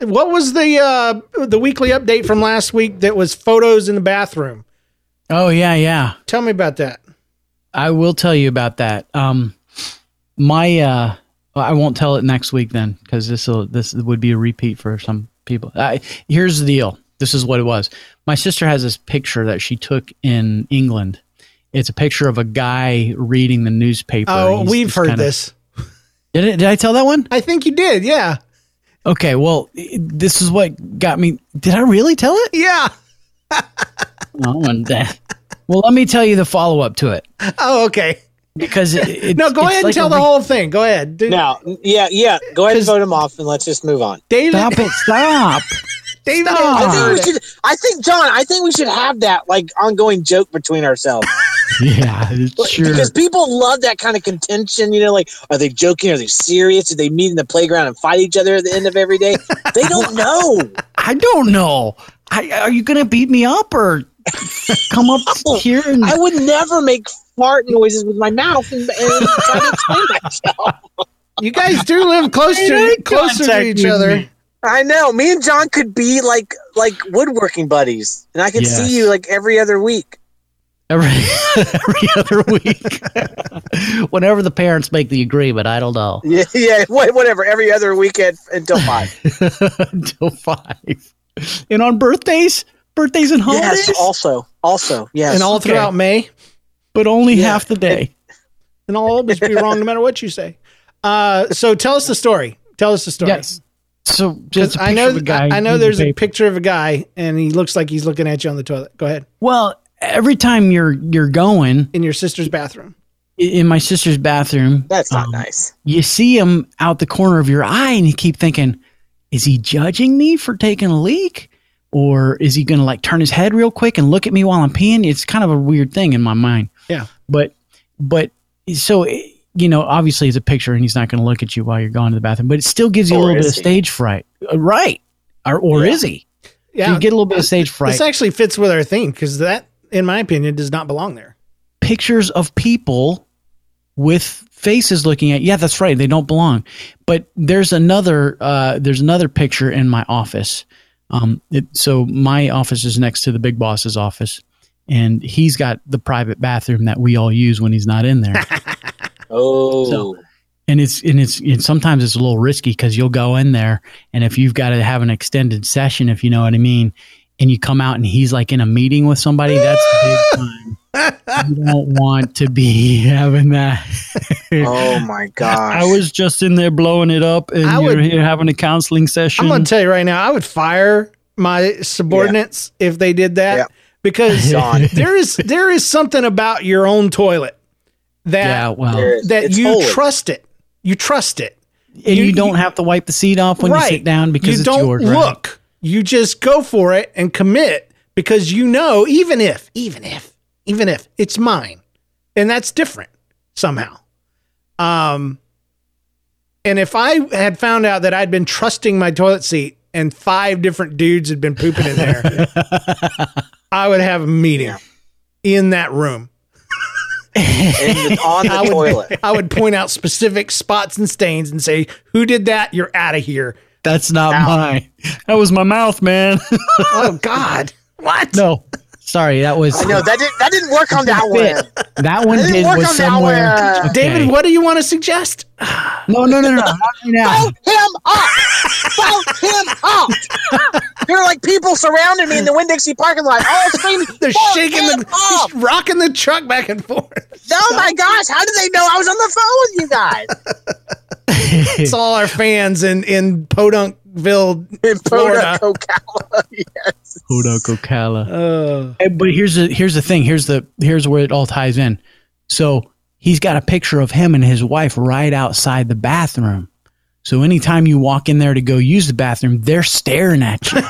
What was the uh, the weekly update from last week that was photos in the bathroom? Oh yeah, yeah. Tell me about that. I will tell you about that. Um, my uh, well, I won't tell it next week then because this will this would be a repeat for some people. I, here's the deal. This is what it was. My sister has this picture that she took in England. It's a picture of a guy reading the newspaper. Oh, He's- we've he's heard kinda- this. Did, it, did I tell that one? I think you did. Yeah. Okay. Well, i- this is what got me. Did I really tell it? Yeah. Oh, and that. Well, let me tell you the follow up to it Oh, okay. because it, it, No, go it's ahead and like tell a the re- whole thing. Go ahead. Dude, Now, yeah, yeah. Go ahead 'Cause- and vote him off, and let's just move on. David, Stop it! Stop. David, stop. I think David- we should. I think John. I think we should have that like ongoing joke between ourselves yeah, it's sure. because people love that kind of contention. You know, like are they joking? Are they serious? Do they meet in the playground and fight each other at the end of every day? They don't know. I don't know. I, are you gonna beat me up or come up here and I would never make fart noises with my mouth and, and try to explain myself. you guys do live close to Eye closer to contact each with other. me. I know. Me and John could be like like woodworking buddies, and I could Yes. see you like every other week. every, every other week? Whenever the parents make the agreement, I don't know. Yeah, yeah. wha- Whatever. Every other weekend until five. Until five, and on birthdays, birthdays and holidays, yes. Also. Also. Yes. and all Okay. throughout May, but only Yeah. half the day. and I'll always be wrong no matter what you say. Uh, so tell us the story. Tell us the story. Yes. So just 'Cause a picture I know, of a guy. I know. reading There's a paper. picture of a guy, and he looks like he's looking at you on the toilet. Go ahead. well. Every time you're you're going In your sister's bathroom. i- in my sister's bathroom, That's not um, nice. you see him out the corner of your eye and you keep thinking, is he judging me for taking a leak? Or is he going to like turn his head real quick and look at me while I'm peeing? It's kind of a weird thing in my mind. Yeah. But, but so, you know, obviously it's a picture and he's not going to look at you while you're going to the bathroom, but it still gives you a Or little bit is of he? stage fright. Uh, Right. Or, or Yeah. is he? Yeah. You get a little bit of stage fright. This actually fits with our theme because that, in my opinion, does not belong there. pictures of people with faces looking at yeah that's right they don't belong but there's another uh, there's another picture in my office um, it, so my office is next to the big boss's office and he's got the private bathroom that we all use when he's not in there Oh. So- and it's and it's and sometimes it's a little risky because you'll go in there and if you've got to have an extended session if you know what i mean and you come out and he's like in a meeting with somebody that's big time you don't want to be having that oh my gosh. i was just in there blowing it up and I you're would- here having a counseling session I'm going to tell you right now, I would fire my subordinates if they did that Yeah. because John. there is there is something about your own toilet that yeah well There it is. that It's you holy. trust it. You trust it. and you, you- don't have to wipe the seat off when you sit down because you it's don't yours right? look. You just go for it and commit because you know, even if, even if, even if it's mine, and that's different somehow. Um, and if I had found out that I'd been trusting my toilet seat and five different dudes had been pooping in there, I would have a meeting in that room. And it's on I the would, toilet. I would point out specific spots and stains and say, "Who did that? You're out of here." that's not mine that was my mouth man Oh God! What? no sorry that was I know that didn't that didn't work on that one. that one It didn't did work was on that somewhere one. Okay. David, what do you want to suggest? no no no no, no not right now Vote him up. Vote him up. There are like people surrounding me in the Winn Dixie parking lot, all screaming. They're "Vote shaking him the, up. just rocking the truck back and forth. Oh my gosh! How did they know I was on the phone with you guys? It's all our fans in in Podunkville. In Florida. Poda, Ocala. Yes. Hodok Ocala. Uh, Hey, Eh, But here's the here's the thing. Here's the here's where it all ties in. So he's got a picture of him and his wife right outside the bathroom. So anytime you walk in there to go use the bathroom, they're staring at you.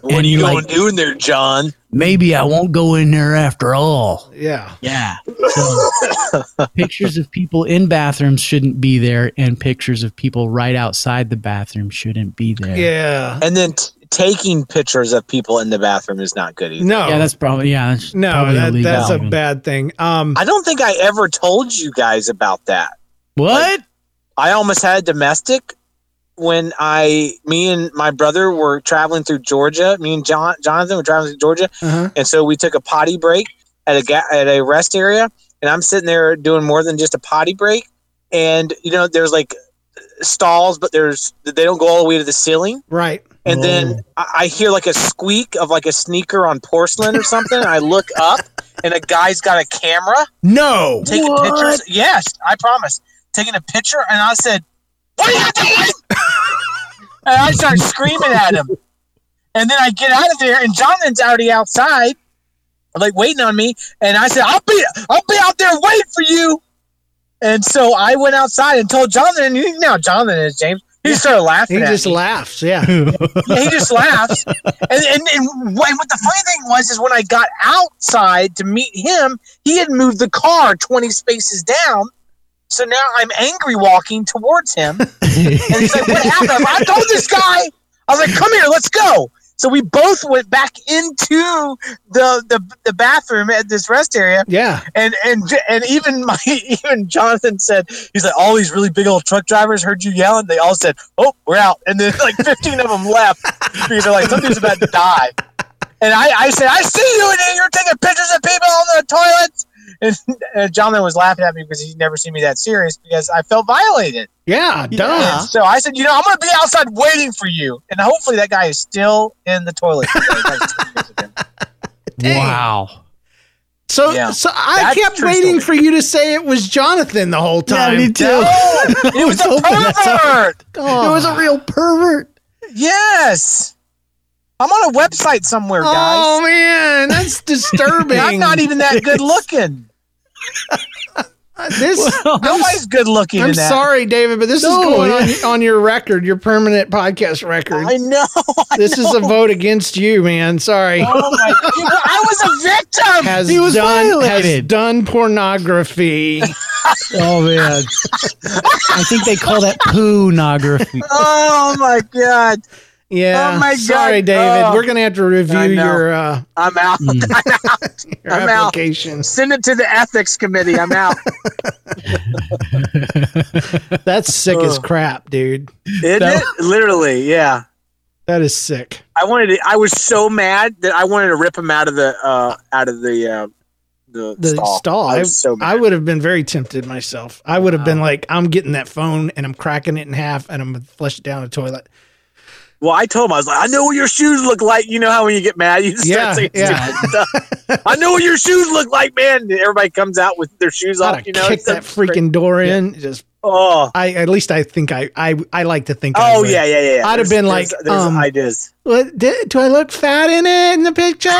What you like- to do in there, John? Maybe I won't go in there after all. yeah, Yeah. So, pictures of people in bathrooms shouldn't be there, and pictures of people right outside the bathroom shouldn't be there. yeah. And then t- taking pictures of people in the bathroom is not good either. No, Yeah, that's probably yeah. That's no, probably that, illegal. that's a bad thing. Um, I don't think I ever told you guys about that. What? I almost had a domestic when I, me and my brother were traveling through Georgia. Me and John, Jonathan were traveling through Georgia, Uh-huh. and so we took a potty break at a ga- at a rest area. And I'm sitting there doing more than just a potty break. And you know, there's like stalls, but there's they don't go all the way to the ceiling. Right. And then I, I hear like a squeak of like a sneaker on porcelain or something. and I look up, and a guy's got a camera No. taking pictures. Yes, I promise. Taking a picture, and I said, "What are you doing?" and I started screaming at him. And then I get out of there, and Jonathan's already outside, like waiting on me. And I said, "I'll be, I'll be out there waiting for you." And so I went outside and told Jonathan. And you now Jonathan is James. He started laughing. He at just me. laughs. Yeah. Yeah, he just laughs. And, and, and, wh- and what the funny thing was is when I got outside to meet him, he had moved the car 20 spaces down. So now I'm angry walking towards him. And he's like, what happened? I'm like, I told this guy. I was like, come here, let's go. So we both went back into the, the, the bathroom at this rest area Yeah. and and and even my even Jonathan said he's like all these really big old truck drivers heard you yelling. They all said, "Oh, we're out," and then like fifteen of them left because they're like something's about to die. And I, I said, "I see you, and you're taking pictures of people on the toilets." And, and Jonathan was laughing at me because he'd never seen me that serious because I felt violated. Yeah. Duh. And so I said, "You know, I'm going to be outside waiting for you." And hopefully that guy is still in the toilet. Dang. Wow. So, Yeah. so I That's kept true waiting story. for you to say it was Jonathan the whole time. me too. No. oh, it was a hoping that's how- pervert. Oh. It was a real pervert. Yes. I'm on a website somewhere, Oh guys. man, that's disturbing. And I'm not even that good looking. this. Nobody's good looking. I'm in that. sorry, David, but this No, is going on, on your record, your permanent podcast record. I know. I this is a vote against you, man. Sorry. know my, I was a victim. Has He was done has violated. done pornography. Oh man. I think they call that poonography. oh my god! Yeah. Oh, my God. Sorry, David. Oh. We're gonna have to I review know. your uh, I'm out. Mm. your I'm out. application. Send it to the ethics committee. I'm out. That's sick as Ugh. crap, dude. Isn't No. it? Literally, yeah. That is sick. I wanted. To, I was so mad that I wanted to rip him out of the uh, out of the uh, the, The stall. stall. I I, was so mad. I would have been very tempted myself. I would have been like, I'm getting that phone and I'm cracking it in half and I'm gonna flush it down the toilet. Well, I told him I was like, I know what your shoes look like. You know how when you get mad, you just Yeah, start saying yeah. stupid stuff. I know what your shoes look like, man. And everybody comes out with their shoes Gotta off. You know, kick It's that a- freaking door in. Just Oh, I at least I think I I, I like to think. I oh would. yeah, yeah, yeah. yeah. I'd have There's- been there's- like, there's um, ideas. What, do, do I look fat in it in the picture?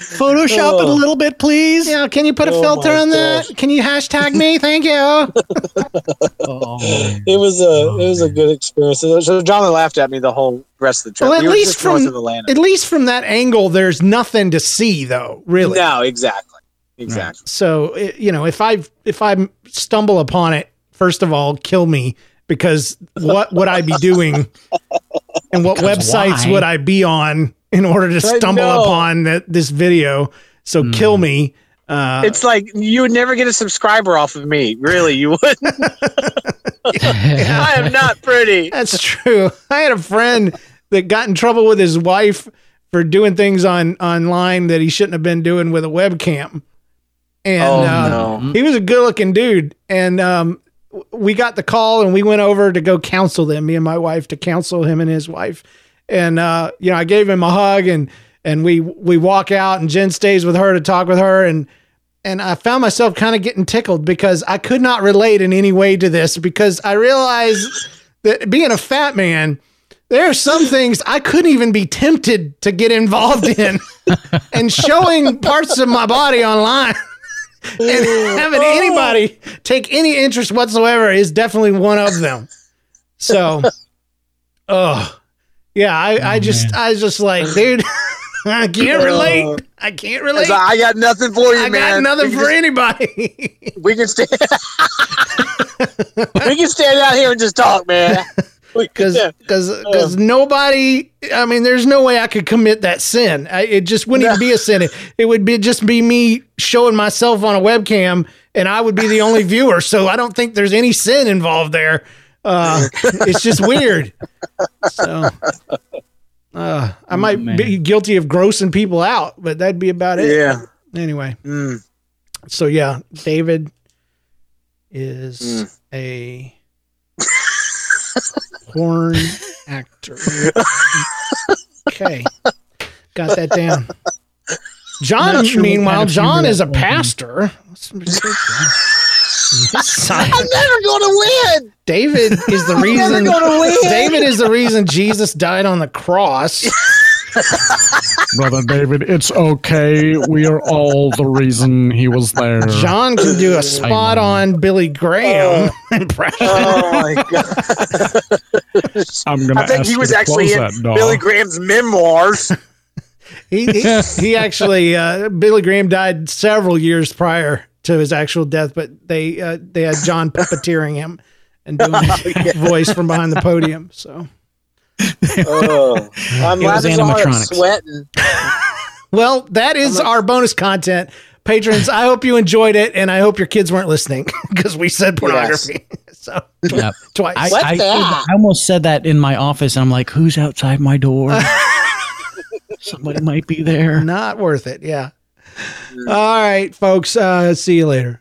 Photoshop it a Oh. little bit, please. yeah. Can you put a Oh filter my on that? gosh. Can you hashtag me? Thank you. Oh, man. It was a Oh, it was a good experience. So, so John laughed at me the whole rest of the trip. Well, at we were least just north from- of Atlanta. At least from that angle, there's nothing to see though. Really. No, exactly, exactly. So i- you know, if I if I stumble upon it, first of all, kill me because what would I be doing, and what Because websites why? would I be on in order to I stumble know. upon that this video? So Hmm. kill me. Uh, It's like you would never get a subscriber off of me. Really, you wouldn't. I Oh, am not pretty. that's true. I had a friend that got in trouble with his wife for doing things on online that he shouldn't have been doing with a webcam. And oh uh, no. he was a good looking dude and um w- we got the call and we went over to go counsel them me and my wife to counsel him and his wife and uh you know i gave him a hug and and we we walk out and jen stays with her to talk with her and and i found myself kind of getting tickled because i could not relate in any way to this because i realized that being a fat man there are some things I couldn't even be tempted to get involved in, and showing parts of my body online and having Oh. anybody take any interest whatsoever is definitely one of them. So, oh, yeah, I, I Oh, just, I was just like, dude, I can't relate. I can't I was relate. like, I got nothing for you, I got man. nothing We for anybody. We can stand. we can stand out here and just talk, man. Because, Because because, because nobody. I mean, there's no way I could commit that sin. I, it just wouldn't even be a sin. It, it would be just be me showing myself on a webcam, and I would be the only viewer. So I don't think there's any sin involved there. Uh, it's just weird. So uh, I might man. be guilty of grossing people out, but that'd be about it. Yeah. Anyway, Mm. so yeah, David is Mm. a porn actor. Okay, got that down. John, Not sure what meanwhile, kind of John humor is a that was. pastor. That's some ridiculous. I'm never going to win. David is the reason. never gonna win. David is the reason Jesus died on the cross. Brother David, it's okay. We are all the reason he was there. John can do a spot on Billy Graham impression. Oh my god! I'm gonna I think ask he you was to actually in close that door. Billy Graham's memoirs. He, he, he actually uh, Billy Graham died several years prior to his actual death, but they uh, they had John puppeteering him and doing his voice from behind the podium. So oh, I'm It was laughing so hard I'm animatronics. sweating. well, that is our bonus content. Patrons, I hope you enjoyed it, and I hope your kids weren't listening because we said pornography. So Yep. twice. I, What's I, that? I almost said that in my office, and I'm like, who's outside my door? Somebody might be there. Not worth it. Yeah. All right, folks. Uh, see you later.